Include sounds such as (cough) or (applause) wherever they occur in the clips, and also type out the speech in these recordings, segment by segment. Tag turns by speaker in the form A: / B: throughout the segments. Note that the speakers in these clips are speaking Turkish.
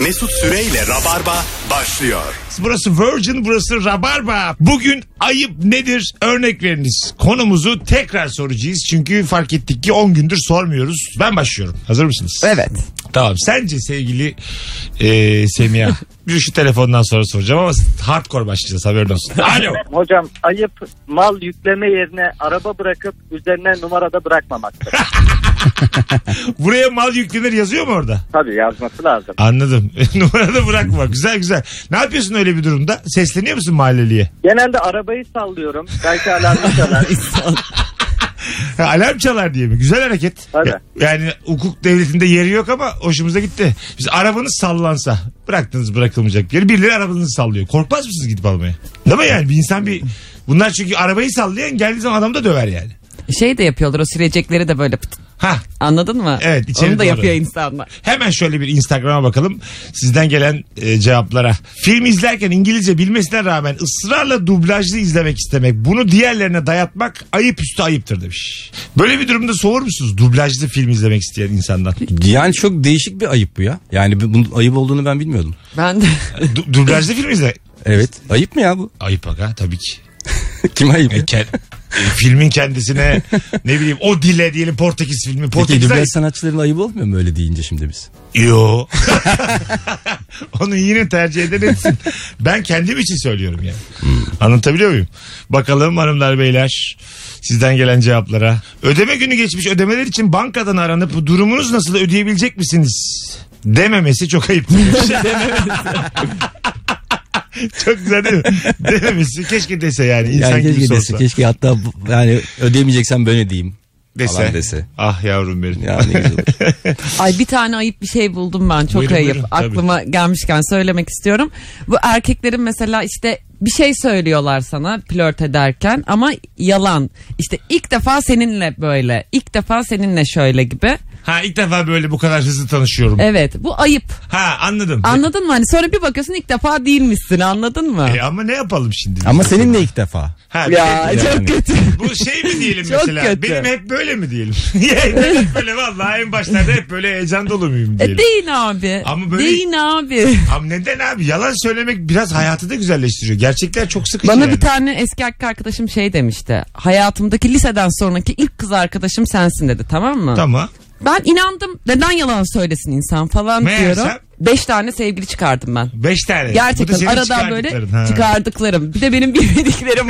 A: Mesut Süreyle Rabarba başlıyor.
B: Burası Virgin, burası Rabarba. Bugün ayıp nedir? Örnek veriniz. Konumuzu tekrar soracağız. Çünkü fark ettik ki 10 gündür sormuyoruz. Ben başlıyorum. Hazır mısınız?
C: Evet.
B: Tamam. Sence sevgili e, Semiha, bir şu telefondan sonra soracağım ama hardcore başlayacağız haberin olsun. Alo.
D: Hocam ayıp mal yükleme yerine araba bırakıp üzerine numarada bırakmamaktır.
E: (laughs)
B: Buraya mal yüklenir yazıyor mu orada?
D: Tabii yazması lazım.
B: Anladım. (laughs) Numarada bırakma. Güzel güzel. Ne yapıyorsun öyle bir durumda? Sesleniyor musun mahalleliye?
D: Genelde arabayı sallıyorum. Belki alarmı çalar.
B: Ha, alarm çalar diye mi? Güzel hareket.
D: Tabii.
B: Ya- Yani hukuk devletinde yeri yok ama hoşumuza gitti. Biz arabanız sallansa bıraktınız bırakılmayacak bir yere. Birileri arabanızı sallıyor. Korkmaz mısınız gidip almaya? Değil mi yani? Bir insan bir... Bunlar çünkü arabayı sallayan geldiği zaman adam da döver yani.
C: Şey de yapıyorlar o silecekleri de böyle pıt-
B: Ha
C: anladın mı?
B: Evet, içeri
C: Onu da
B: doğru.
C: yapıyor insanlar.
B: Hemen şöyle bir Instagram'a bakalım sizden gelen e, cevaplara. Film izlerken İngilizce bilmesine rağmen ısrarla dublajlı izlemek istemek, bunu diğerlerine dayatmak ayıp üstü ayıptır demiş. Böyle bir durumda soğur musunuz dublajlı film izlemek isteyen insandan?
F: Yani çok değişik bir ayıp bu ya. Yani bu- bunun ayıp olduğunu ben bilmiyordum.
B: (laughs)
C: Ben de
B: Du- dublajlı film izle.
F: Evet. Ayıp mı ya bu? (laughs)
B: Ayıp aga tabii ki.
F: Kim ayıp?
B: E,
F: ya?
B: ke- (laughs) e, filmin kendisine ne bileyim o dile diyelim Portekiz filmi.
F: Peki
B: Portekiz
F: dublaj sanatçıların ayıbı olmuyor mu öyle deyince şimdi biz?
B: Yo. (laughs) Onu yine tercih eden etsin. Ben kendim için söylüyorum yani.
F: Hmm.
B: Anlatabiliyor muyum? Bakalım hanımlar beyler sizden gelen cevaplara. Ödeme günü geçmiş ödemeler için bankadan aranıp durumunuz nasıl ödeyebilecek misiniz? Dememesi çok
F: (laughs)
B: ayıp. (laughs) çok güzel değil mi? Dememesi keşke dese yani. İnsan
F: Yani
B: gibi
F: keşke
B: sorsa.
F: dese, keşke hatta bu- yani ödeyemeyeceksen böyle diyeyim.
B: dese.
F: falan dese.
B: Ah yavrum benim.
F: Yani güzel olur.
C: ay bir tane ayıp bir şey buldum ben çok
B: Buyurun,
C: ayıp
B: buyurun, tabii.
C: aklıma gelmişken söylemek istiyorum. Bu erkeklerin mesela işte bir şey söylüyorlar sana flört ederken ama yalan. İşte ilk defa seninle böyle ilk defa seninle şöyle gibi.
B: (laughs) Ha ilk defa böyle bu kadar hızlı tanışıyorum.
C: Evet bu ayıp
B: Ha anladım.
C: anladın mı hani sonra bir bakıyorsun ilk defa değilmişsin anladın mı?
B: E ama ne yapalım şimdi? biz?
F: Ama seninle ilk defa.
B: Ha,
C: Ya
B: bir- şey
C: çok kötü.
B: Bu şey mi diyelim
C: (laughs) Çok
B: mesela?
C: kötü.
B: Benim hep böyle mi diyelim? (laughs) Yani ben hep böyle vallahi en başlarda hep böyle heyecan dolu muyum diyelim.
C: E, değil abi.
B: Ama böyle-
C: Değil abi.
B: Ama neden abi? Yalan söylemek biraz hayatı da güzelleştiriyor. Gerçekler çok sıkıcı
C: Bana
B: yani.
C: bir tane eski erkek arkadaşım şey demişti. Hayatımdaki liseden sonraki ilk kız arkadaşım sensin dedi tamam mı?
B: Tamam.
C: Ben inandım. Neden yalan söylesin insan falan
B: Meğersem-
C: diyorum. Beş tane sevgili çıkardım ben.
B: Beş tane. Bu da
C: Gerçekten
B: senin
C: aradan
B: çıkardıkların.
C: böyle
B: Ha.
C: çıkardıklarım. Bir de benim (laughs) bilmediklerim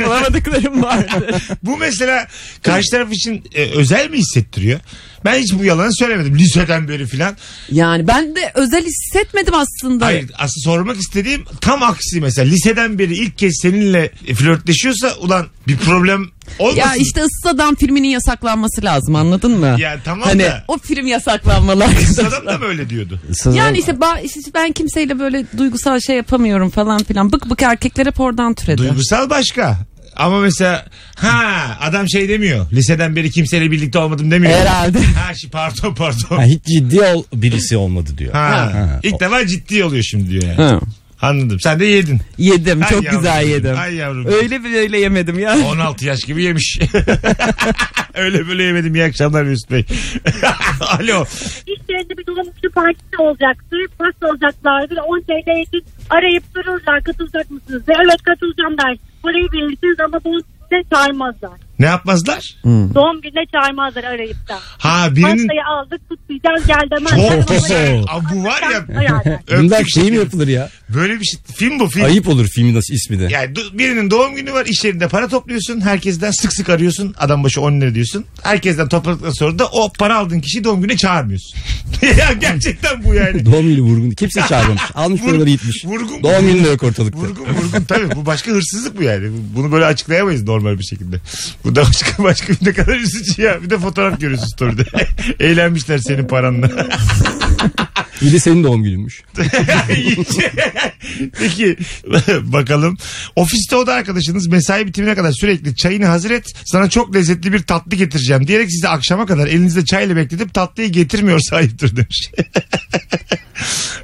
B: (laughs)
C: bulamadıklarım vardı.
B: Bu mesela karşı taraf için e, özel mi hissettiriyor? Ben hiç bu yalanı söylemedim liseden beri filan.
C: yani ben de özel hissetmedim aslında.
B: Hayır asıl sormak istediğim tam aksi mesela. Liseden beri ilk kez seninle flörtleşiyorsa ulan bir problem olmasın.
C: Ya işte ıssız adam filminin yasaklanması lazım anladın mı?
B: Ya tamam
C: hani
B: da.
C: o film yasaklanmalı
B: Kız
C: arkadaşlar.
B: adam da böyle diyordu.
C: Yani işte, ba- işte ben kimseyle böyle duygusal şey yapamıyorum falan filan. Bık bık erkekler hep oradan
B: (laughs)
C: türedi.
B: Duygusal başka. Ama mesela ha adam şey demiyor. Liseden beri kimseyle birlikte olmadım demiyor.
C: Herhalde.
B: Ha şi- pardon pardon.
F: Ha, hiç ciddi ol, birisi olmadı diyor.
B: Ha.
F: Ha.
B: İlk defa ciddi oluyor şimdi diyor yani.
C: Ha.
B: Anladım. Sen de yedin.
C: Yedim
B: Ay
C: çok
B: yavrum
C: güzel
B: benim,
C: yedim.
B: ay yavrum
C: Öyle bir öyle yemedim ya.
B: 16 yaş gibi yemiş. (laughs) Öyle böyle yemedim. İyi akşamlar Mesut Bey. (laughs) Alo.
G: İş yerinde bir durum şu partisi olacaktır. Pasta olacaklardır. 10 TL için arayıp dururlar. Katılacak mısınız? De, evet katılacağım der. Parayı verirsiniz ama doğum gününe çağırmazlar.
B: Ne yapmazlar?
G: Doğum gününe çağırmazlar arayıp da.
B: Ha birinin...
G: Pastayı aldık kutlayacağız gel demezler.
B: Çok güzel. Aa, bu var ya
F: Bundan
B: öptük
F: şey mi
B: şimdi.
F: yapılır ya?
B: Böyle bir şey. Film bu film.
F: Ayıp olur filmin nasıl ismi de.
B: Yani du- birinin doğum günü var iş yerinde para topluyorsun. Herkesten sık sık arıyorsun. Adam başı 10 lira diyorsun. Herkesten topladıktan sonra da o para aldığın kişiyi doğum gününe çağırmıyorsun. (laughs) ya gerçekten bu yani.
F: Doğum günü vurgun. Kimse çağırmamış. Almış
B: Vur-
F: buraları gitmiş.
B: vurgun-
F: Doğum günü de yok ortalıkta.
B: Vurgun vurgun tabii bu başka hırsızlık bu yani. Bu- Bunu böyle açıklayamayız normal bir şekilde. Bu da başka başka bir ne kadar üzücü ya. Bir de fotoğraf görüyorsun story'de. (laughs) Eğlenmişler senin paranla.
F: Bir de senin doğum gününmüş.
B: (laughs) Peki bakalım. Ofiste oda arkadaşınız mesai bitimine kadar sürekli çayını hazır et. Sana çok lezzetli bir tatlı getireceğim diyerek sizi akşama kadar elinizde çayla bekletip tatlıyı getirmiyorsa ayıptır demiş. (laughs)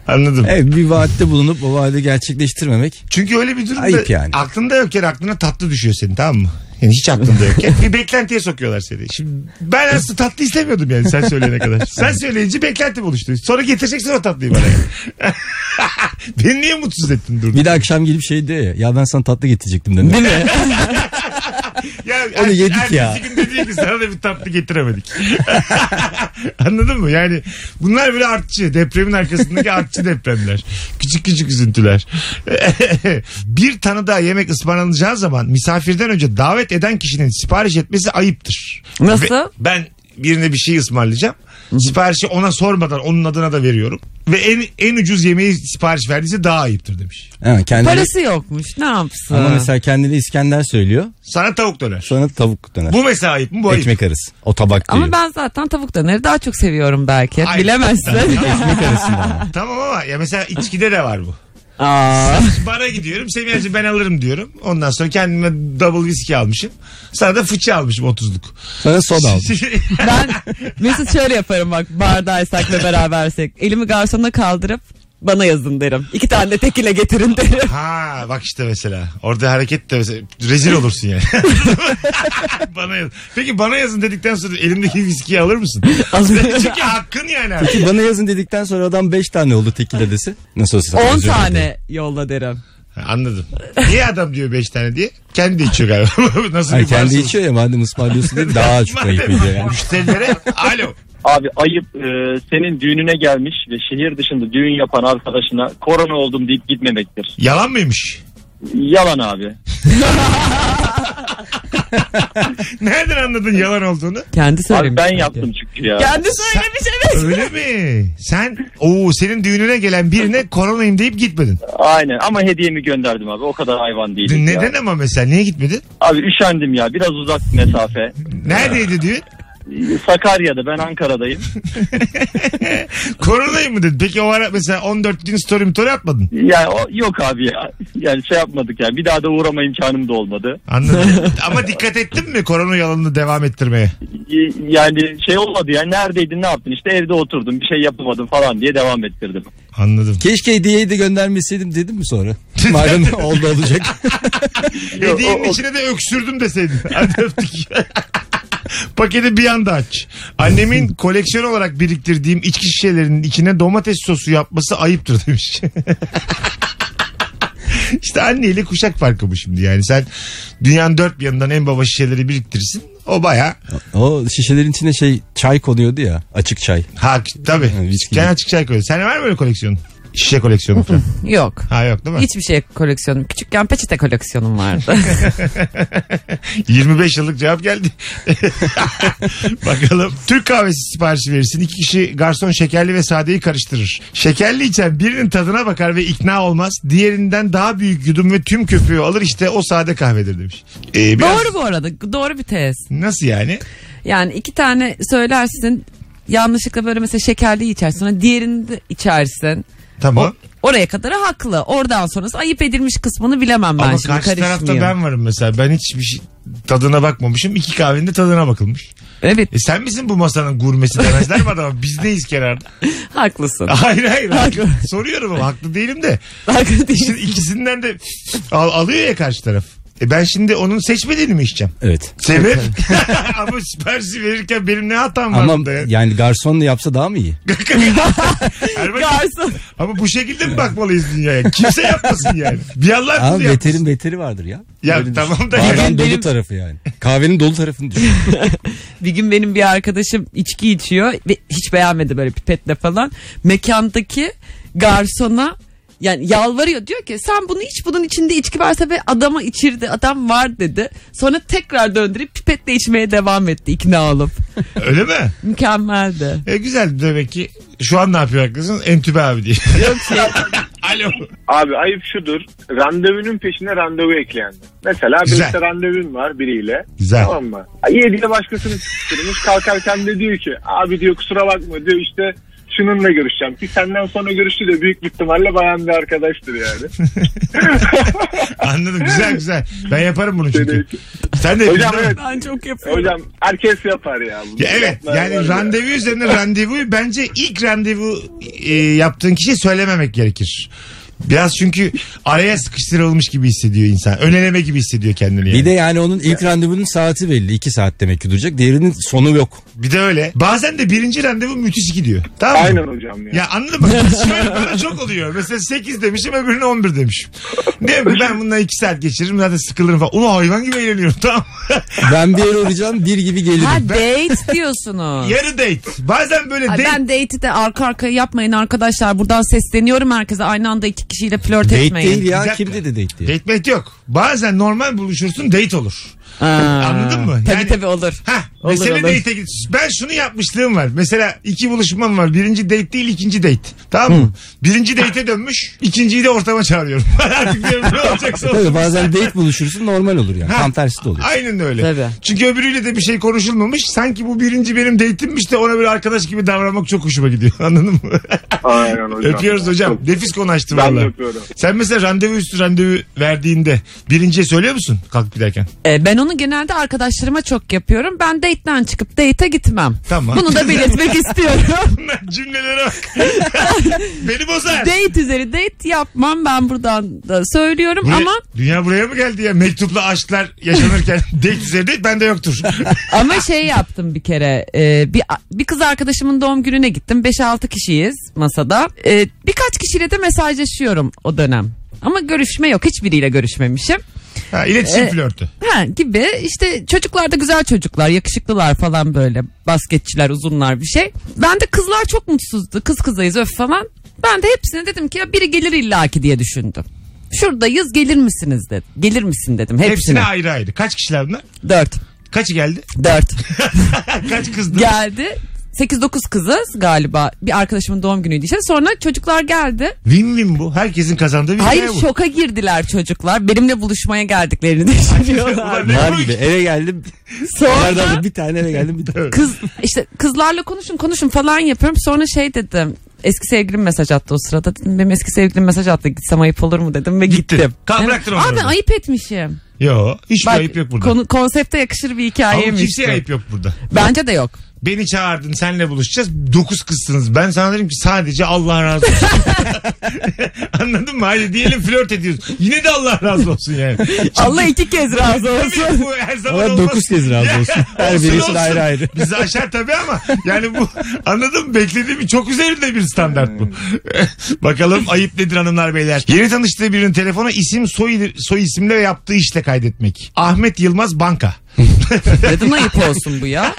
B: Anladım.
F: Evet bir vaatte bulunup o vaadi gerçekleştirmemek.
B: Çünkü öyle bir durumda
F: Ayıp yani.
B: aklında yokken aklına tatlı düşüyor senin tamam mı? Yani hiç aklında
F: (laughs)
B: yokken bir beklentiye sokuyorlar seni. Şimdi ben aslında tatlı
F: (laughs)
B: istemiyordum yani sen söyleyene kadar. Sen söyleyince beklenti oluştu. Sonra getireceksin o tatlıyı bana. yani. Beni niye mutsuz ettin dur.
F: Bir de akşam gelip şey de ya, ya ben sana tatlı getirecektim dedi.
C: Değil mi?
B: Ya,
F: Onu
B: er-
F: yedik
B: ertesi
F: ya.
B: gün dedi ki sana da bir tatlı getiremedik. (laughs) Anladın mı? Yani bunlar böyle artçı. Depremin arkasındaki artçı depremler. Küçük küçük üzüntüler. (laughs) bir tanıdığa yemek ısmarlanacağı zaman misafirden önce davet eden kişinin sipariş etmesi ayıptır.
C: Nasıl?
B: Ve ben birine bir şey ısmarlayacağım. Siparişi ona sormadan onun adına da veriyorum. Ve en en ucuz yemeği sipariş verdiyse daha ayıptır demiş.
F: Ha, kendine-
C: Parası
B: Hani-
C: yokmuş. Ne yapsın?
F: Ama mesela kendine İskender söylüyor.
B: Sana tavuk döner.
F: Sonra tavuk döner.
B: Bu mesela ayıp mı? Bu ayıp.
F: Ekmek arası. O tabak diyor.
C: Ama ben zaten tavuk döneri daha çok seviyorum belki.
B: Ay.
C: Bilemezsin.
F: Ekmek arasında ama.
B: Tamam ama ya mesela içkide de var bu.
C: Aa.
B: Bara gidiyorum. Semihacı ben alırım diyorum. Ondan sonra kendime double viski almışım. Sana da fıçı almışım
F: (laughs)
B: 30'luk.
F: Sonra soda aldım.
C: (laughs) Ben Mesut şöyle yaparım bak bardaysak ve berabersek. Elimi garsona kaldırıp bana yazın derim. İki tane de tekile
B: (laughs)
C: getirin derim.
B: ha bak işte mesela. Orada hareket de mesela. Rezil olursun yani. (laughs) bana yazın. Peki bana yazın dedikten sonra elimdeki viskiyi alır mısın?
C: Alırım.
B: Çünkü hakkın yani. abi.
F: Bana yazın dedikten sonra adam 5 tane oldu tekil desi. Nasıl olsa sana
C: 10
F: özür dilerim.
C: tane yolla derim.
B: Ha, Anladım. Niye adam diyor 5 tane diye? Kendi de içiyor galiba. (laughs) Nasıl
F: Hayır,
B: bir
F: kendi
B: varsın?
F: içiyor ya madem ısmarlıyorsun dedi
C: (laughs)
F: daha çok ayıp ediyor yani.
B: Müşterilere alo.
E: (laughs) Abi ayıp e, senin düğününe gelmiş ve şehir dışında düğün yapan arkadaşına korona oldum deyip gitmemektir.
B: Yalan mıymış?
E: Yalan abi.
B: Nereden anladın yalan olduğunu?
C: Kendi
E: Abi
C: söylemiş.
E: ben yaptım çünkü ya.
C: Kendi söylemiş evet.
B: Öyle mi? Sen o senin düğününe gelen birine koronayım deyip gitmedin.
E: Aynen ama hediyemi gönderdim abi o kadar hayvan değilim ya.
B: Neden ama mesela niye gitmedin?
E: Abi üşendim ya biraz uzak mesafe.
B: Neredeydi düğün?
E: Sakarya'da ben Ankara'dayım.
B: Koronayım mı dedin? Peki o ara mesela 14 gün story mi story atmadın?
E: Yani o, yok abi ya. Yani şey yapmadık yani bir daha da uğrama imkanım da olmadı.
B: Anladım. ama dikkat ettin mi korona yalanını devam ettirmeye?
E: Y- Yani şey olmadı yani neredeydin ne yaptın işte evde oturdum bir şey yapamadım falan diye devam ettirdim.
B: Anladım.
F: Keşke hediyeyi de göndermeseydim dedim mi
C: (laughs)
F: sonra? Madem oldu olacak.
E: Yo,
B: Hediyenin
E: o- o-
B: içine de öksürdüm deseydin. (laughs) Hadi öptük. Paketi bir anda aç.
E: (laughs)
B: Annemin koleksiyon olarak biriktirdiğim içki şişelerinin içine domates sosu yapması ayıptır demiş. (laughs) işte anne ile kuşak farkı bu şimdi yani. Sen dünyanın dört bir yanından en baba şişeleri biriktirirsin. O baya
F: o şişelerin içine şey çay konuyordu ya açık çay.
B: ha tabii.
F: Yani viski.
B: Kendi açık çay koyuyor. Sen var mı öyle koleksiyonun? Şişe koleksiyonu
E: (laughs)
B: falan.
C: Yok.
B: ha yok değil mi?
C: Hiçbir şey koleksiyonum. Küçükken peçete
B: (laughs)
C: koleksiyonum vardı.
B: 25 yıllık cevap geldi. (laughs) Bakalım. Türk kahvesi siparişi verirsin. İki kişi garson şekerli ve sadeyi karıştırır. Şekerli içen birinin tadına bakar ve ikna olmaz. Diğerinden daha büyük yudum ve tüm köpüğü alır işte o sade kahvedir demiş. Ee, biraz-
C: Doğru bu arada. Doğru bir tez.
B: Nasıl yani?
C: Yani iki tane söylersin. Yanlışlıkla böyle mesela şekerli içersin. Sonra diğerini de içersin.
B: Tamam.
C: Oraya kadar haklı. Oradan sonrası ayıp edilmiş kısmını bilemem ben
B: Ama
C: şimdi.
B: karşı tarafta
C: karışmıyorum.
B: ben varım mesela. Ben hiçbir şey tadına bakmamışım. İki kahvenin de tadına bakılmış.
C: Evet
B: E sen misin bu masanın gurmesi demezler mi adama? Biz neyiz kenarda? (laughs)
C: haklısın.
B: Hayır hayır.
C: Haklı.
B: Soruyorum ama haklı değilim de.
C: Haklı
B: İşte
C: değil.
B: ikisinden de al, alıyor ya karşı taraf. E ben şimdi onun seçmediğini mi içeceğim?
F: Evet.
B: Sebep? (laughs) Ama siparişi verirken benim ne hatam var
F: Ama
B: burada (laughs) ya?
F: yani garson yapsa daha mı iyi?
B: Erman,
C: Garson.
B: ama bu şekilde mi bakmalıyız dünyaya? Kimse yapmasın yani. Bir Allah
F: Ama
B: kulu yapmasın.
F: beterin beteri vardır ya.
B: Ya
F: Öyle
B: tamam
F: düşün.
B: da
F: Bardağın
C: yani-
F: dolu
C: Benim-
F: tarafı yani. Kahvenin dolu tarafını düşün.
C: Bir gün benim bir arkadaşım içki içiyor ve hiç beğenmedi böyle pipetle falan. Mekandaki garsona yani yalvarıyor diyor ki sen bunu iç bunun içinde içki varsa ve adama içirdi adam var dedi. Sonra tekrar döndürüp pipetle içmeye devam etti ikna olup.
B: Öyle mi?
C: Mükemmeldi.
B: E güzel demek ki şu an ne yapıyor haklısın? Entübe abi diye. (laughs)
C: Yok şey
B: Alo.
H: Abi ayıp şudur. Randevunun peşine randevu ekleyen. Mesela
B: Güzel.
H: birlikte randevun var biriyle.
B: Güzel.
H: Tamam mı? Yediye başkasını tutturmuş. Kalkarken de diyor ki abi diyor kusura bakma diyor işte şununla görüşeceğim. Ki senden sonra görüştü de büyük bir ihtimalle bayan bir arkadaştır yani.
B: (laughs) Anladım güzel güzel. Ben yaparım bunu çünkü. Sen de
H: Hocam
B: yapıyorsun, değil mi?
H: evet.
C: ben çok yapıyorum.
H: Hocam herkes yapar ya. Bunu
B: Ya evet
H: yapmaya var
B: yani
H: ya.
B: randevu üzerine randevuyu bence ilk randevu e, yaptığın kişiye söylememek gerekir. Biraz çünkü araya sıkıştırılmış gibi hissediyor insan. Öneleme gibi hissediyor kendini. yani.
F: Bir de yani onun ilk randevunun saati belli. 2 saat demek ki duracak. Diğerinin sonu yok.
B: Bir de öyle. Bazen de birinci randevu müthiş gidiyor. Tamam mı?
H: Aynen hocam ya.
B: Ya anladın mı? Şöyle bana çok oluyor. Mesela 8 demişim öbürüne 11 demişim. Ne mi? Ben bununla 2 saat geçiririm zaten sıkılırım falan. Ulan hayvan gibi eğleniyorum tamam
F: (laughs) Ben bir yere uğrayacağım bir gibi
C: Ha
F: gelirim.
C: date diyorsunuz.
B: Yarı date. Bazen böyle
C: Ay,
B: date.
C: Ben date'i de arka arkaya yapmayın arkadaşlar. Buradan sesleniyorum herkese. Aynı anda iki kişiyle flört
F: Date
C: etmeyin.
F: değil
B: Bir dakika.
F: ya. Kim dedi date diye.
B: Date mate yok. Bazen normal buluşursun date olur.
C: Aa,
B: Anladın mı?
C: Tabii
B: Yani-
C: tabii olur.
B: Ha,
C: Olur,
B: mesele
C: olur.
B: date'e git. Ben şunu yapmışlığım var. Mesela iki buluşmam var. Birinci date değil ikinci date. Tamam mı? Birinci date'e dönmüş. ikinciyi de ortama çağırıyorum. (laughs) Artık diyorum ne olacaksa olsun.
F: Tabii bazen date buluşursun normal olur yani.
B: Ha.
F: Tam tersi de oluyor.
B: Aynen de öyle.
C: Tabii.
B: Çünkü öbürüyle de bir şey konuşulmamış. Sanki bu birinci benim date'immiş de ona böyle arkadaş gibi davranmak çok hoşuma gidiyor. (laughs) Anladın mı?
H: Aynen hocam.
B: Öpüyoruz hocam.
H: Çok-
B: Nefis konu açtın
H: Ben de
B: valla.
H: öpüyorum.
B: Sen mesela randevu üstü randevu verdiğinde birinciye söylüyor musun kalk giderken? (laughs)
C: Ee, ben onu genelde arkadaşlarıma çok yapıyorum. Ben date'den çıkıp date'e gitmem.
B: Tamam.
C: Bunu da belirtmek istiyorum. (laughs)
B: Cümlelere bak. (laughs) Beni bozar.
C: date üzeri date yapmam ben buradan da söylüyorum
B: Buraya-
C: ama
B: Dünya buraya mı geldi ya? Mektupla aşklar yaşanırken
C: (laughs)
B: date üzeri date bende yoktur.
C: ama şey yaptım bir kere. Ee, bir bir kız arkadaşımın doğum gününe gittim. 5-6 kişiyiz masada. Ee, birkaç kişiyle de mesajlaşıyorum o dönem. Ama görüşme yok. Hiçbiriyle görüşmemişim.
B: ha, iletişim
C: E,
B: flörtü.
C: Ha gibi işte çocuklar da güzel çocuklar yakışıklılar falan böyle basketçiler uzunlar bir şey. Ben de kızlar çok mutsuzdu kız kızayız öf falan. Ben de hepsine dedim ki ya biri gelir illaki diye düşündüm. Şuradayız gelir misiniz dedim. Gelir misin dedim hepsine.
B: Hepsine ayrı ayrı. Kaç kişiler bunlar?
C: Dört.
B: Kaçı geldi? (laughs)
C: Dört.
B: Kaç kızdı?
C: geldi. 8-9 kızız galiba. Bir arkadaşımın doğum günüydü işte. Sonra çocuklar geldi.
B: Win win bu. Herkesin kazandığı bir
C: Hayır
B: hikaye bu.
C: şoka girdiler çocuklar. Benimle buluşmaya geldiklerini düşünüyorlar.
B: Ulan ne
F: Var
B: komik.
F: gibi eve geldim.
C: Sonra
F: Nereden bir tane eve geldim bir tane.
C: kız işte kızlarla konuşun konuşun falan yapıyorum. Sonra şey dedim. Eski sevgilim mesaj attı o sırada. Dedim benim eski sevgilim mesaj attı. Gitsem ayıp olur mu dedim ve
B: Gitti.
C: gittim.
B: Kal-
C: Evet.
B: bıraktın onu
C: Aa, ben
B: orada.
C: ayıp etmişim.
B: Yo hiç
C: Bak,
B: ayıp yok burada.
C: konu- konsepte yakışır bir
B: Ama
C: hikayeymiş.
B: kimseye ayıp yok burada.
C: Bence de yok.
B: Beni çağırdın senle buluşacağız. Dokuz kızsınız. Ben sana dedim ki sadece Allah razı olsun. (laughs) Anladın mı? Hadi diyelim flört ediyoruz. Yine de Allah razı olsun
C: (laughs)
B: yani.
C: Allah iki kez razı
B: (laughs) Tabii
C: olsun.
B: bu her zaman
F: Ama
B: olmaz.
F: 9 kez razı
B: (laughs)
F: olsun. Her
B: Olsun,
F: biri için
B: olsun.
F: ayrı ayrı.
B: Bizi aşar tabii ama yani bu anladın mı? Beklediğim çok üzerinde bir standart bu. (laughs) Bakalım ayıp nedir hanımlar beyler. Yeni tanıştığı birinin telefona isim soy, soy isimle ve yaptığı işle kaydetmek. Ahmet Yılmaz Banka.
C: Dedim ayıp olsun bu ya.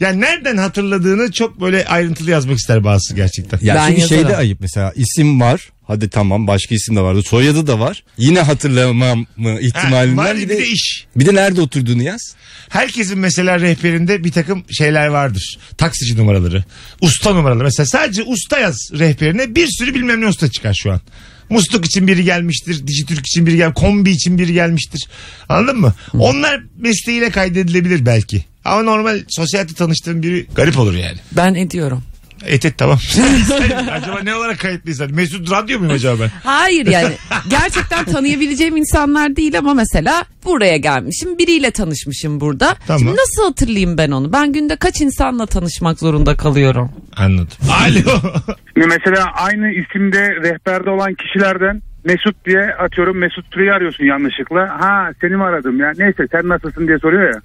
B: Yani nereden hatırladığını çok böyle ayrıntılı yazmak ister bazısı gerçekten.
F: Ya
C: Ben
F: çünkü şey de
C: yazarım.
F: ayıp mesela isim var. Hadi tamam başka isim de vardı. Soyadı da var. Yine hatırlamam mı
B: Ha,
F: ihtimalinden.
B: var
F: bir,
B: bir
F: de,
B: de iş.
F: bir de nerede oturduğunu yaz.
B: Herkesin mesela rehberinde bir takım şeyler vardır. Taksici numaraları, usta numaraları. Mesela sadece usta yaz rehberine bir sürü bilmem ne usta çıkar şu an. Musluk için biri gelmiştir, Dijitürk için biri gel, kombi için biri gelmiştir. Anladın mı? Onlar mesleğiyle kaydedilebilir belki. Ama normal sosyete tanıştığın biri garip olur yani.
C: Ben ediyorum.
B: Et et tamam. (laughs) Sen acaba ne olarak kayıtlıysan? Mesut Radyo muyum acaba ben?
C: Hayır yani gerçekten tanıyabileceğim insanlar değil ama mesela buraya gelmişim biriyle tanışmışım burada.
B: Tamam.
C: Şimdi nasıl hatırlayayım ben onu? Ben günde kaç insanla tanışmak zorunda kalıyorum?
B: Anladım. Alo. (laughs)
I: Mesela aynı isimde rehberde olan kişilerden Mesut diye atıyorum Mesut Türe'yi arıyorsun yanlışlıkla. Ha seni mi aradım ya neyse sen nasılsın diye soruyor ya.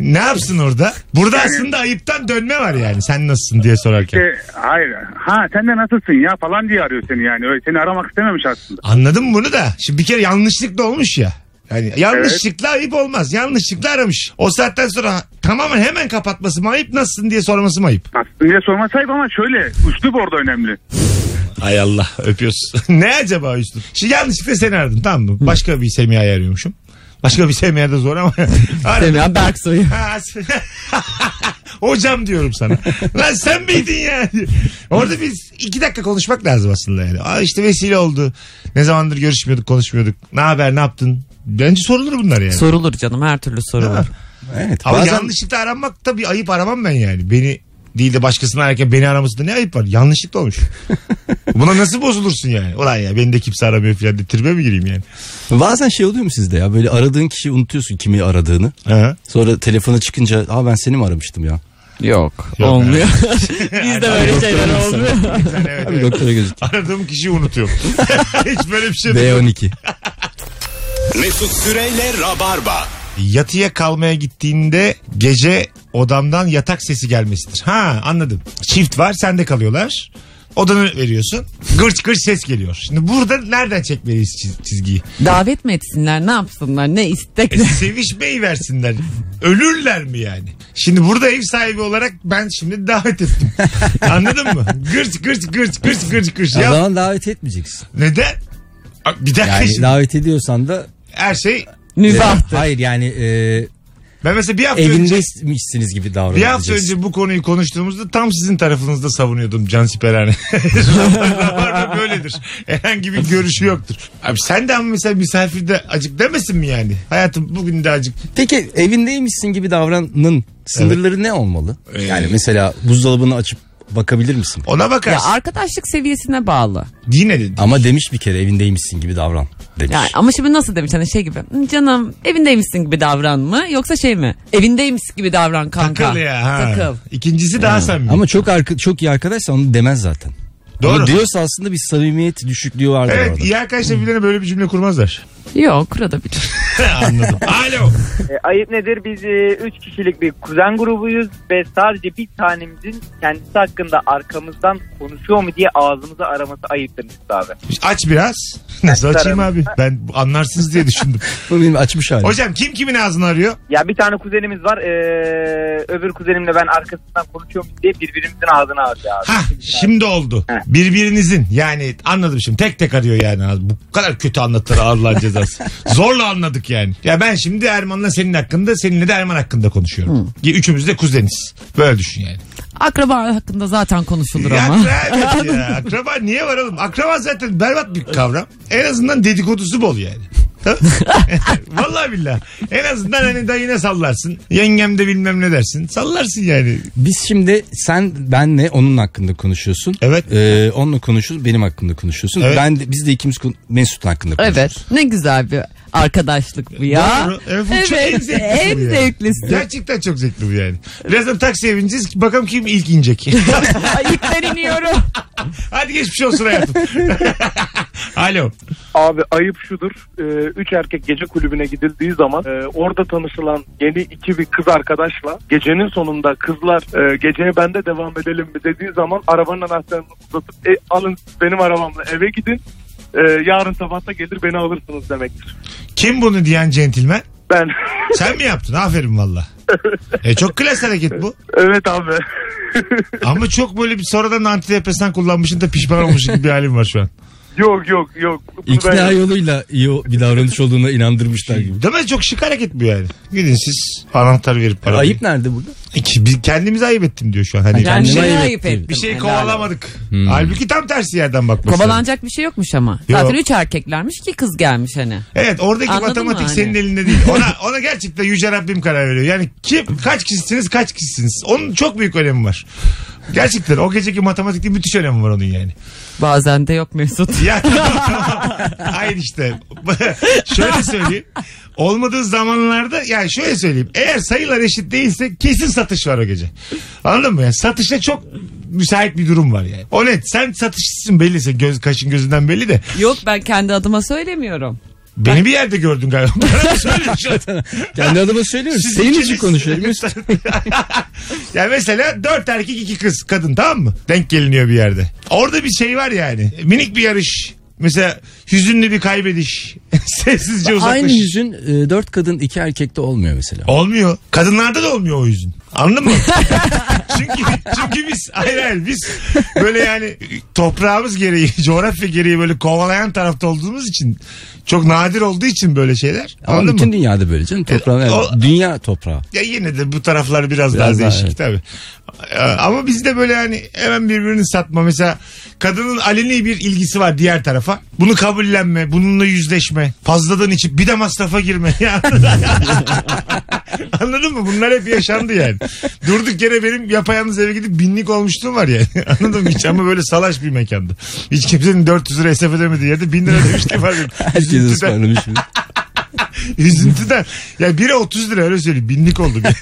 B: ne yapsın orada? Burada aslında ayıptan dönme var yani. Sen nasılsın diye sorarken.
I: E, hayır ha sen de nasılsın ya falan diye arıyor seni yani öyle seni aramak istememiş aslında.
B: Anladım bunu da. Şimdi bir kere yanlışlıkla olmuş ya. Yani yanlışlıkla ayıp olmaz. Yanlışlıkla aramış. O saatten sonra tamamen hemen kapatması mı ayıp? Nasılsın diye sorması mı ayıp?
I: Nasılsın diye sorması ayıp ama şöyle üslup orada önemli.
B: Ay Allah öpüyoruz. (laughs) ne acaba üstüm? Şimdi yanlışlıkla seni aradım tamam mı? Başka bir Semiha'yı arıyormuşum. Başka bir Semiha da zor ama. (laughs) Aradım.
C: Semiha Berksoy'u.
B: Ha, s- (laughs) Hocam diyorum sana. Lan sen miydin ya? Orada biz iki dakika konuşmak lazım aslında yani. Aa işte vesile oldu. Ne zamandır görüşmüyorduk konuşmuyorduk. Ne haber ne yaptın? Bence sorulur bunlar yani.
C: Sorulur canım her türlü sorulur.
F: Evet.
B: Ama
F: bazen
B: yanlışlıkla aranmak da bir ayıp aramam ben yani. Beni değil de başkasını ararken beni aramasında ne ayıp var? Yanlışlıkla olmuş. Buna nasıl bozulursun yani? Ulan ya beni de kimse aramıyor falan diye tribe mi gireyim yani?
F: bazen şey oluyor mu sizde ya böyle aradığın kişiyi unutuyorsun kimi aradığını.
B: Ha.
F: Sonra telefona çıkınca aa ben seni mi aramıştım ya?
C: Yok,
B: Yok,
C: olmuyor. Bizde böyle şeyler olmuyor.
B: Evet,
F: Abi
B: evet. (laughs)
F: doktora gözük.
B: Aradığım kişiyi unutuyorum. (laughs) Hiç böyle bir şey yok.
F: B12.
A: Mesut Süreyle Rabarba.
B: Yatıya kalmaya gittiğinde gece odamdan yatak sesi gelmesidir. Ha anladım. Çift var sende kalıyorlar. Odanı veriyorsun. Gırç gırç ses geliyor. Şimdi burada nereden çekmeliyiz çiz- çizgiyi?
C: (laughs) Davet mi etsinler, ne yapsınlar, ne istek
B: E, sevişmeyi versinler. Ölürler mi yani? Şimdi burada ev sahibi olarak ben şimdi davet ettim. Anladın mı? Gırç gırç gırç gırç gırç gırç.
J: O
B: Ya
J: zaman davet etmeyeceksin.
B: neden? A, Bir dakika
J: Yani
B: şimdi.
J: davet ediyorsan da
B: Her şey
C: Mübahtır.
J: hayır yani e,
B: ben mesela bir hafta önce
J: evindeymişsiniz gibi
B: Bir hafta
J: davranacaksın.
B: önce bu konuyu konuştuğumuzda tam sizin tarafınızda savunuyordum Can Siperhane. Rabarba (laughs) böyledir. Herhangi bir görüşü yoktur. Abi sen de ama mesela misafirde acık demesin mi yani? Hayatım bugün de acık.
J: Peki
F: Evindeymişsin gibi davranın sınırları ne olmalı?
B: Ee,
F: Yani mesela buzdolabını açıp bakabilir misin?
B: Ona
C: Ya
B: bakarsın.
C: arkadaşlık seviyesine bağlı.
B: Yine dedi.
F: Ama demiş bir kere evindeymişsin gibi davran demiş.
C: Yani ama şimdi nasıl demiş hani şey gibi "Hı, canım evindeymişsin gibi davran mı yoksa şey mi evindeymiş gibi davran kanka.
B: Takıl ya. Ha.
C: Takıl.
B: İkincisi daha samimi.
F: Ama çok arka, çok iyi arkadaşsa onu demez zaten.
B: Doğru.
F: Ama diyorsa aslında bir samimiyet düşüklüğü vardır
B: Evet
F: orada.
B: iyi arkadaşlar birbirlerine böyle bir cümle kurmazlar. (laughs)
C: Yok kurabilir.
B: Anladım. Alo.
D: E, ayıp nedir? Biz 3 kişilik bir kuzen grubuyuz ve sadece bir tanemizin kendisi hakkında arkamızdan konuşuyor mu diye ağzımızı araması ayıptır Mesut abi.
B: Aç biraz. Nasıl açayım abi? Ben anlarsınız diye düşündüm.
F: Bu benim açmış halim.
B: Hocam kim kimin ağzını arıyor?
D: Ya bir tane kuzenimiz var. e, öbür kuzenimle ben arkasından konuşuyor mu diye birbirimizin ağzını ağrıyor abi.
B: Ha şimdi oldu. Birbirinizin yani anladım şimdi tek tek arıyor yani. Bu kadar kötü anlatır ağırlar cezası. Zorla anladık yani. Ya ben şimdi Erman'la senin hakkında seninle de Erman hakkında konuşuyorum. Üçümüz de kuzeniz. Böyle düşün yani.
C: Akraba hakkında zaten konuşulur
B: Ya,
C: ama.
B: evet ya. Akraba niye var oğlum? Akraba zaten berbat bir kavram. En azından dedikodusu bol yani. Vallahi billahi. En azından hani dayına sallarsın. Yengem de bilmem ne dersin. Sallarsın yani.
F: Biz şimdi sen benle onun hakkında konuşuyorsun.
B: Evet.
F: Ee, onunla konuşuyorsun benim hakkımda konuşuyorsun.
B: Evet.
F: Ben de, biz de ikimiz kon- Mesut'un hakkında konuşuyoruz.
C: Evet ne güzel bir arkadaşlık bu ya.
B: Doğru. Evet, bu çok en zevklisi
C: en
B: bu ya.
C: zevklisi.
B: Gerçekten çok zevkli bu yani. Birazdan taksiye bineceğiz. Bakalım kim ilk inecek.
C: Ay, ilk ben iniyorum.
B: Hadi geçmiş olsun hayatım. (laughs) Alo.
H: Abi ayıp şudur. e, üç erkek gece kulübüne gidildiği zaman e, orada tanışılan yeni iki bir kız arkadaşla gecenin sonunda kızlar e, geceye bende devam edelim mi dediği zaman arabanın anahtarını uzatıp "E, alın benim arabamla eve gidin. E, yarın sabah da gelir beni alırsınız demektir.
B: Kim bunu diyen centilmen?
H: Ben (laughs)
B: Sen mi yaptın? Aferin valla. E çok klas hareket bu.
H: evet abi. (laughs)
B: Ama çok böyle bir sonradan antidepresan kullanmışsın da pişman olmuşsun gibi bir halim var şu an.
H: yok yok yok. Bunu
F: İkna
H: ben-
F: yoluyla iyi o- bir davranış olduğuna inandırmışlar gibi.
B: Değil mi? Çok şık hareket bu yani. Gidin siz anahtar verip para.
F: Ayıp nerede burada?
B: İki, biz kendimize ayıp ettim diyor şu an. Hani
C: Yani
F: Kendime
C: şey
F: ayıp
C: ayıp
F: ettim.
C: ettim.
B: bir şey
C: Helal
B: kovalamadık. Halbuki tam tersi yerden bakmak.
C: Kovalanacak bir şey yokmuş ama. Zaten
B: Yok.
C: üç erkeklermiş iki kız gelmiş hani.
B: Evet oradaki
C: Anladın
B: matematik
C: mı hani?
B: senin elinde değil.
C: (laughs)
B: Ona ona gerçekten yüce Rabbim karar veriyor. Yani kim kaç kişisiniz kaç kişisiniz. Onun çok büyük önemi var. Gerçekten o geceki matematikte müthiş önemi var onun yani.
C: Bazen de
B: (laughs)
C: yok Mesut.
B: Ya tamam tamam. Hayır işte. (laughs) şöyle söyleyeyim. Olmadığı zamanlarda yani şöyle söyleyeyim. Eğer sayılar eşit değilse kesin satış var o gece. Anladın mı? Yani satışa çok müsait bir durum var yani. O net. Sen satışçısın belli. Sen göz, kaşın gözünden belli de.
C: Yok ben kendi adıma söylemiyorum.
B: Beni bir yerde gördün galiba. (laughs) Bana mı söylüyorsun?
C: (laughs)
F: Kendi adıma söylüyorum.
B: Siz
F: Senin için
B: ikiniz- (laughs)
F: konuşuyorum. Mesut.
B: Ya mesela dört erkek iki kız kadın tamam mı? Denk geliniyor bir yerde. Orada bir şey var yani. Minik bir yarış. Mesela hüzünlü bir kaybediş. (laughs) Sessizce uzaklaş.
F: Aynı yüzün e, dört kadın iki erkekte olmuyor mesela.
B: Olmuyor. Kadınlarda da olmuyor o yüzün. Anladın mı? (laughs) çünkü çünkü biz hayır hayır biz böyle yani toprağımız gereği, (laughs) coğrafya gereği böyle kovalayan tarafta olduğumuz için çok nadir olduğu için böyle şeyler.
F: Ama
B: Anladın
F: bütün
B: mı?
F: dünyada böyle canım. Toprağın,
B: E, o- (laughs)
F: dünya toprağı.
B: Ya yine de bu taraflar biraz, daha,
F: Biraz daha,
B: değişik tabii. Ee, Ama bizde böyle hani hemen birbirini satma. Mesela kadının aleni bir ilgisi var diğer tarafa. Bunu kabullenme, bununla yüzleşme. Fazladan içip bir de masrafa girme. (laughs) Ya. Anladın mı? Bunlar hep yaşandı yani. Durduk yere benim yapayalnız eve gidip binlik olmuşluğum var yani. (laughs) Anladın mı? Hiç ama böyle salaş bir mekanda. Hiç kimsenin 400 lira esef ödemediği yerde 1000 lira
F: (laughs)
B: demişti var. benim.
F: Herkes
B: Üzüntüden-
F: ısmarlamış.
J: (laughs)
F: bizi.
B: Üzüntüden. Ya biri 30 lira öyle söyleyeyim. Binlik oldu. bir.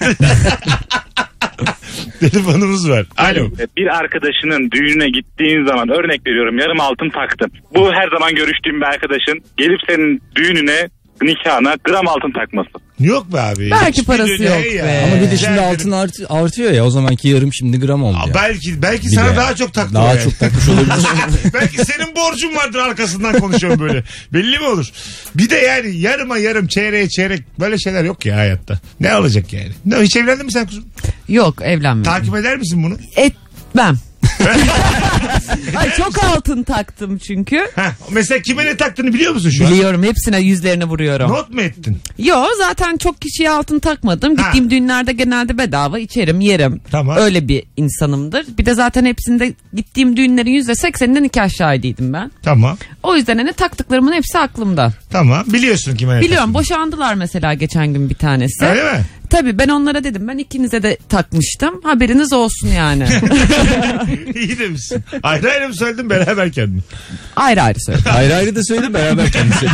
B: Telefonumuz var. Alo.
K: Ee, Bir arkadaşının düğününe gittiğin zaman örnek veriyorum yarım altın taktım. Bu her zaman görüştüğüm bir arkadaşın gelip senin düğününe nikahına gram altın takması.
B: Yok be abi.
C: Belki
B: Hiçbir
C: parası
B: düğüne
C: yok
B: ya.
C: be.
J: Ama bir de şimdi altın art- artıyor ya o zamanki yarım şimdi gram oldu ya.
B: Belki belki
J: Bir
B: sana
J: de-
B: daha çok taktı.
J: Daha
B: o yani.
J: çok takmış olabilir.
B: (laughs) belki senin borcun vardır arkasından konuşuyorum böyle. Belli mi olur? Bir de yani yarıma yarım çeyreğe çeyrek böyle şeyler yok ya hayatta. Ne alacak yani? Ne, hiç evlendin mi sen kuzum?
C: Yok evlenmedim.
B: Takip eder misin bunu? (laughs)
C: Etmem. Ay çok altın taktım çünkü.
B: Heh, mesela kime ne taktığını biliyor musun şu an?
C: Biliyorum hepsine yüzlerine vuruyorum.
B: Not mu ettin?
C: Yo zaten çok kişiye altın takmadım.
B: Ha.
C: Gittiğim düğünlerde genelde bedava içerim yerim.
B: Tamam.
C: Öyle bir insanımdır. Bir de zaten hepsinde gittiğim düğünlerin yüzde sekseninden nikah şahidiydim ben.
B: Tamam.
C: O yüzden hani taktıklarımın hepsi aklımda.
B: Tamam. Biliyorsun kime ne
C: Biliyorum
B: taktığını.
C: boşandılar mesela geçen gün bir tanesi.
B: Öyle mi?
C: Tabii ben onlara dedim ben ikinize de takmıştım. Haberiniz olsun yani.
B: (laughs) İyi demişsin. Ayrı ayrı mı söyledin beraberken mi?
C: ayrı ayrı
B: (laughs)
C: söyledim.
J: ayrı ayrı da söyle beraber kendisi.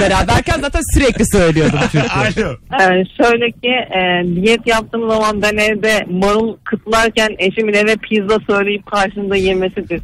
C: Beraberken zaten sürekli
B: (laughs)
C: söylüyordum çünkü.
B: Alo.
L: Ee, şöyle ki e, diyet yaptığım zaman ben evde marul kıtlarken eşimin eve pizza söyleyip karşımda yemesidir.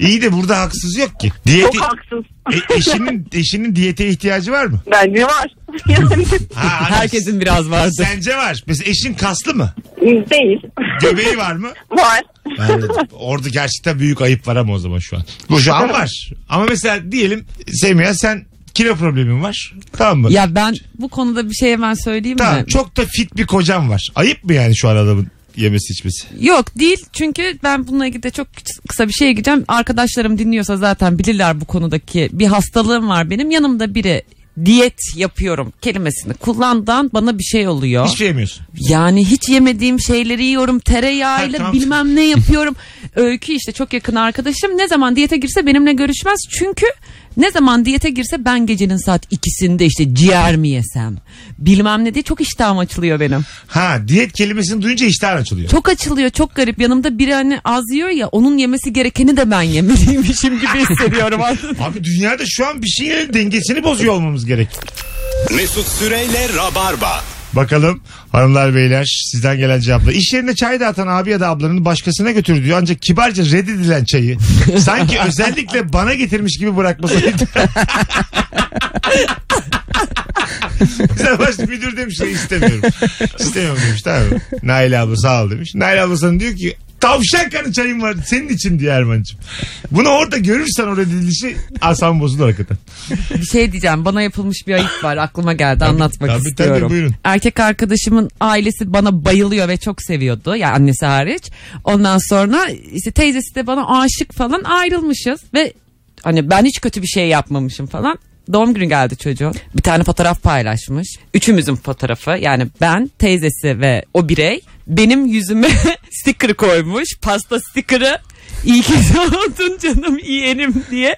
B: İyi de burada haksız yok ki. Diyeti,
L: Çok haksız.
B: E- eşinin, eşinin diyete ihtiyacı var mı?
L: Bence var. (laughs) Yani
B: Ha, anam,
C: Herkesin biraz vardı.
B: Sence var. Mesela eşin kaslı mı?
L: değil.
B: Göbeği var mı?
L: (laughs) Var.
B: Anladım. Orada gerçekten büyük ayıp var ama o zaman şu an. Bu şu an var. Ama mesela diyelim Semiha sen kilo problemin var. Tamam mı?
C: Ya ben bu konuda bir şey hemen söyleyeyim
B: tamam.
C: mi?
B: Çok da fit bir kocan var. Ayıp mı yani şu an adamın yemesi içmesi?
C: Yok değil çünkü ben bununla ilgili de çok kısa bir şeye gideceğim. Arkadaşlarım dinliyorsa zaten bilirler bu konudaki bir hastalığım var benim. Yanımda biri diyet yapıyorum kelimesini kullandan bana bir şey oluyor.
B: Hiçbir şey yemiyorsun.
C: Yani hiç yemediğim şeyleri yiyorum tereyağıyla
B: Ha, tamam.
C: bilmem ne yapıyorum. (laughs) Öykü işte çok yakın arkadaşım ne zaman diyete girse benimle görüşmez. Çünkü ne zaman diyete girse ben gecenin saat ikisinde işte ciğer mi yesem bilmem ne diye çok iştahım açılıyor benim.
B: Ha diyet kelimesini duyunca iştah açılıyor.
C: Çok açılıyor çok garip yanımda biri hani az yiyor ya onun yemesi gerekeni de ben (laughs) yemeliymişim gibi
B: (laughs)
C: hissediyorum aslında.
B: Abi dünyada şu an bir şeylerin dengesini bozuyor olmamız gerek.
A: Mesut Süreyle Rabarba.
B: Bakalım hanımlar beyler sizden gelen cevaplar. İş yerinde çay dağıtan abi ya da ablanın başkasına götürdüğü ancak kibarca reddedilen çayı sanki özellikle bana getirmiş gibi bırakmasaydı. (laughs) Savaş müdür demiş "Şey istemiyorum. İstemiyorum demiş tamam. mı? Nail abla sağ ol demiş. Nail abla sana diyor ki tavşan kanı çayım var senin için diyor Erman'cığım. Bunu orada görürsen o reddedilişi asan bozulur hakikaten.
C: Bir şey diyeceğim bana yapılmış bir ayıp var aklıma geldi anlatmak
B: tabii, tabii,
C: istiyorum.
B: buyurun.
C: Erkek arkadaşımın ailesi bana bayılıyor ve çok seviyordu yani annesi hariç. Ondan sonra işte teyzesi de bana aşık falan ayrılmışız ve hani ben hiç kötü bir şey yapmamışım falan. Doğum günü geldi çocuğun. Bir tane fotoğraf paylaşmış. Üçümüzün fotoğrafı. Yani ben, teyzesi ve o birey benim yüzüme (laughs) sticker koymuş. Pasta sticker'ı. İyi ki (laughs) doğdun canım yeğenim diye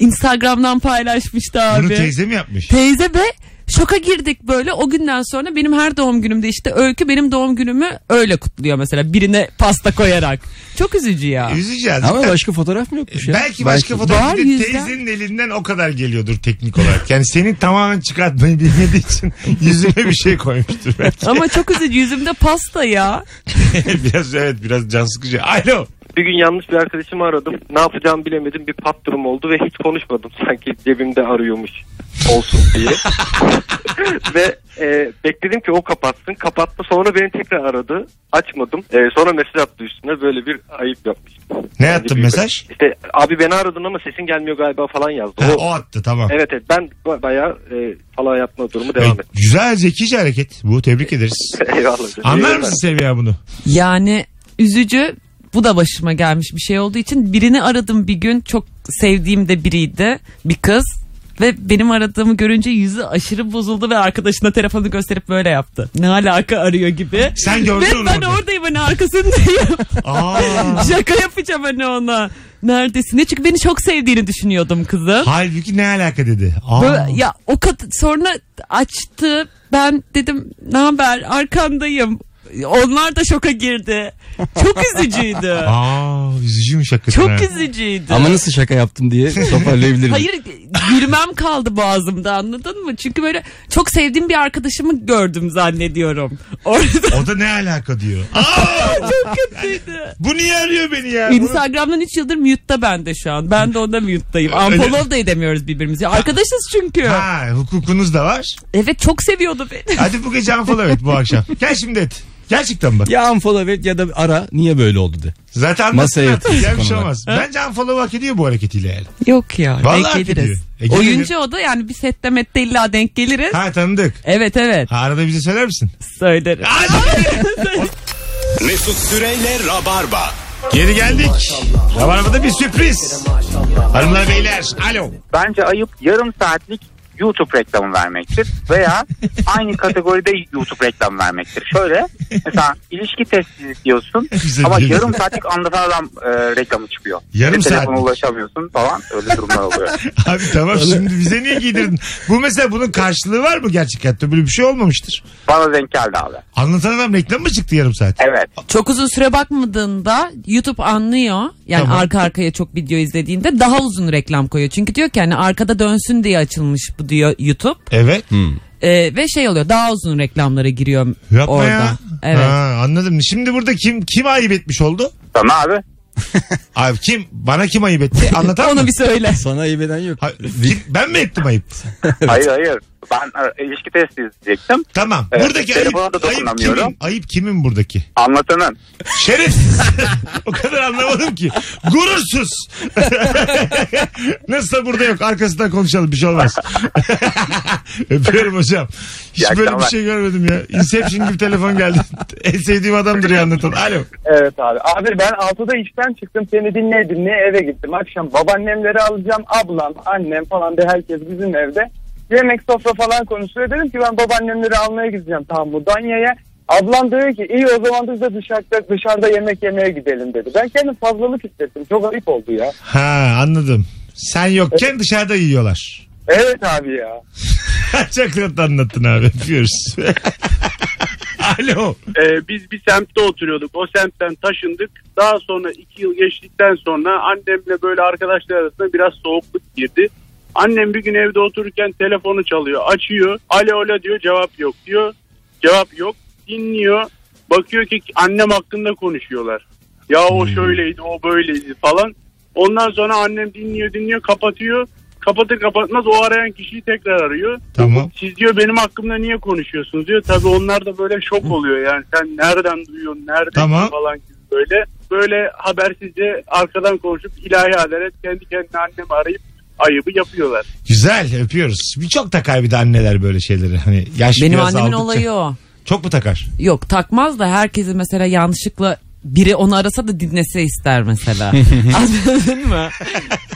C: Instagram'dan paylaşmıştı abi.
B: Bunu teyze mi yapmış?
C: Teyze be şoka girdik böyle o günden sonra benim her doğum günümde işte Öykü benim doğum günümü öyle kutluyor mesela birine pasta koyarak. Çok üzücü ya.
B: Üzücü azıcık
J: Ama
B: da-
J: başka fotoğraf mı yokmuş ya?
B: (laughs) Belki başka fotoğraf
C: Var
B: bir de
C: yüzden.
B: teyzenin elinden o kadar geliyordur teknik olarak. Yani seni tamamen çıkartmayı bilmediği için (laughs) yüzüne bir şey koymuştur belki.
C: (laughs) Ama çok üzücü yüzümde pasta ya.
B: biraz evet biraz can sıkıcı. Alo.
M: Bir gün yanlış bir arkadaşımı aradım. Ne yapacağımı bilemedim. Bir pat durum oldu ve hiç konuşmadım. (laughs) Sanki cebimde arıyormuş olsun diye. (laughs) ve e, bekledim ki o kapatsın. Kapattı. Sonra beni tekrar aradı. Açmadım. E, sonra mesaj attı üstüne. Böyle bir ayıp yapmıştım.
B: Ne yaptın mesaj?
M: İşte abi beni aradın ama sesin gelmiyor galiba falan yazdı.
B: Ha,
M: O-
B: o attı tamam.
M: Evet evet ben ba- bayağı e, falan yapma durumu
B: Evet,
M: devam etti.
B: Güzel zekice hareket. Bu tebrik ederiz.
M: (laughs) Eyvallah.
B: Anlar
M: Eyvallah.
B: mısın Seviye bunu?
C: Yani üzücü bu da başıma gelmiş bir şey olduğu için birini aradım bir gün çok sevdiğim de biriydi bir kız ve benim aradığımı görünce yüzü aşırı bozuldu ve arkadaşına telefonu gösterip böyle yaptı. Ne alaka arıyor gibi.
B: Sen gördün
C: Ve
B: onu
C: ben
B: orada.
C: oradayım hani arkasındayım.
B: Aa.
C: (laughs) Şaka yapacağım hani ona. Neredesin? diye. Çünkü beni çok sevdiğini düşünüyordum kızı.
B: Halbuki ne alaka dedi. Aa.
C: Böyle- ya o kat sonra açtı. Ben dedim ne haber arkandayım. Onlar da şoka girdi. Çok üzücüydü.
B: Aa, üzücüymüş hakikaten.
C: Çok
B: ha.
C: üzücüydü.
J: Ama nasıl şaka yaptım diye toparlayabilirim.
C: Hayır gülmem kaldı boğazımda anladın mı? Çünkü böyle çok sevdiğim bir arkadaşımı gördüm zannediyorum.
B: (laughs)
C: Orada (laughs)
B: O da ne alaka diyor.
C: çok kötüydü.
B: Bu niye arıyor beni ya?
C: Instagram'dan 3 yıldır mute'da bende şu an. Ben de onda mute'dayım. Unfollow da edemiyoruz birbirimizi. Arkadaşız çünkü.
B: Ha, hukukunuz da var.
C: Evet çok seviyordu beni.
B: Hadi bu gece unfollow et bu akşam. Gel şimdi et. Gerçekten bak.
F: Ya unfollow et ya da ara niye böyle oldu de.
B: Zaten anlatsın
F: Masaya
B: artık.
F: yatırız
B: Gelmiş
F: konular.
B: olmaz. Bence unfollow hak ediyor bu hareketiyle yani.
C: (laughs) Yok ya.
B: Vallahi
C: denk
B: hak ediyor.
C: geliriz.
B: E, gelelim.
C: Oyuncu o da yani bir sette mette illa denk geliriz.
B: Ha tanıdık.
C: Evet evet.
B: Ha, arada bize söyler misin?
C: Söylerim.
N: Mesut Süreyle Rabarba.
B: Geri geldik. Rabarba'da bir sürpriz. Hanımlar beyler alo.
E: Bence ayıp yarım saatlik YouTube reklamı vermektir veya aynı kategoride YouTube reklamı vermektir. Şöyle mesela ilişki testi diyorsun
B: (laughs) Güzel,
E: ama
B: güzel.
E: yarım saatlik anlatan adam e, reklamı çıkıyor.
B: Yarım
E: Bir Telefona
B: saatlik.
E: ulaşamıyorsun falan öyle durumlar oluyor. (laughs)
B: Abi tamam şimdi bize niye giydirdin? Bu mesela bunun karşılığı var mı gerçek hayatta? Böyle bir şey olmamıştır.
E: Bana denk geldi abi.
B: Anlatan adam reklam mı çıktı yarım saat?
E: Evet.
C: Çok uzun süre bakmadığında YouTube anlıyor. Yani
B: Tamam.
C: arka arkaya çok video izlediğinde daha uzun reklam koyuyor. Çünkü diyor ki hani arkada dönsün diye açılmış bu diyor YouTube.
B: Evet.
C: Ee, ve şey oluyor daha uzun reklamlara giriyor
B: Yapma
C: orada.
B: ya.
C: Evet.
B: Ha, anladım. Şimdi burada kim kim ayıp etmiş oldu?
E: Sana abi.
B: Abi kim? Bana kim ayıp etti? Anlatan
C: (laughs) Onu
B: mı?
C: bir söyle.
F: Sana iyi beden yok.
B: Ha, kim- ben mi ettim ayıp?
E: Hayır hayır. Ben e, ilişki testi izleyecektim.
B: Tamam.
E: Evet,
B: buradaki ayıp,
E: telefona da
B: ayıp
E: dokunamıyorum.
B: kimin? Ayıp kimin buradaki?
E: Anlatanın.
B: Şerefsiz. (laughs) o kadar anlamadım ki. Gurursuz. (laughs) Nasıl da burada yok. Arkasından konuşalım bir şey olmaz. (laughs) Öpüyorum hocam. Hiç
M: İyi
B: böyle bir
M: akşamlar.
B: şey görmedim ya. Inception gibi telefon geldi. (laughs) en sevdiğim adamdır ya anlatan. Alo.
M: Evet abi. Abi ben 6'da işten çıktım. Seni dinle dinle eve gittim. Akşam babaannemleri alacağım. Ablam, annem falan da herkes bizim evde. Yemek sofra falan konuşuyor. Dedim ki ben babaannemleri almaya gideceğim tam bu Danya'ya. Ablam diyor ki iyi o zaman biz de dışarıda, dışarıda yemek yemeye gidelim dedi. Ben kendim fazlalık hissettim. Çok ayıp oldu ya.
B: Ha anladım. Sen yokken dışarıda yiyorlar.
M: Evet abi ya.
B: (laughs) Çok tatlı anlattın abi. Öpüyoruz. (laughs) Alo.
O: Ee, biz bir semtte oturuyorduk. O semtten taşındık. Daha sonra iki yıl geçtikten sonra annemle böyle arkadaşlar arasında biraz soğukluk girdi. Annem bir gün evde otururken telefonu çalıyor. Açıyor. Alo alo diyor cevap yok diyor. Cevap yok. Dinliyor. Bakıyor ki annem hakkında konuşuyorlar. Ya o
A: Hmm.
O: şöyleydi o böyleydi falan. Ondan sonra annem dinliyor dinliyor kapatıyor. Kapatır kapatmaz o arayan kişiyi tekrar arıyor.
B: Tamam.
O: Siz diyor benim hakkımda niye konuşuyorsunuz diyor. Tabii onlar da böyle şok oluyor yani. Sen nereden duyuyorsun, nereden
B: Tamam.
O: falan gibi böyle. Böyle habersizce arkadan konuşup ilahi adalet kendi kendine annemi arayıp ayıbı yapıyorlar.
B: Güzel öpüyoruz. Bir çok takar bir de anneler böyle şeyleri. Hani yaş
C: Benim
B: biraz
C: annemin
B: aldıkça-
C: olayı o.
B: Çok mu takar?
C: Yok takmaz da herkesi mesela yanlışlıkla biri onu arasa da dinlese ister (laughs) mesela. Anladın mı?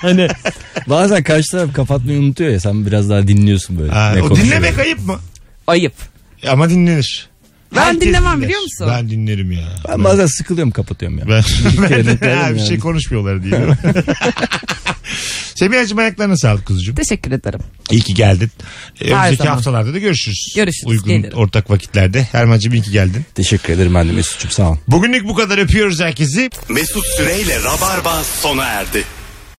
F: Hani (laughs) bazen karşı taraf kapatmayı unutuyor ya sen biraz daha dinliyorsun böyle.
B: Ha,
F: ne
B: o
F: konuşuyor.
B: dinlemek ayıp mı?
C: Ayıp.
B: Ama dinlenir.
C: Ben dinlemem biliyor musun?
B: Ben dinlerim ya.
F: Ben bazen sıkılıyorum kapatıyorum ya.
B: Ben,
F: Bir kere
B: ben de,
F: dinlerim
B: (laughs) ha, bir
F: yani.
B: şey konuşmuyorlar diye.
F: (laughs)
B: Semihacığım ayaklarına sağlık kuzucuğum.
C: Teşekkür ederim.
B: İyi ki geldin. Ee,
C: Her
B: Önümüzdeki
C: zaman.
B: haftalarda da görüşürüz.
C: Görüşürüz,
B: Uygun
C: gelirim.
B: ortak vakitlerde. Hermancığım iyi ki geldin.
F: Teşekkür ederim ben de Mesut'cum sağ ol.
B: Bugünlük bu kadar öpüyoruz herkesi.
N: Mesut Süreyle Rabarba sona erdi.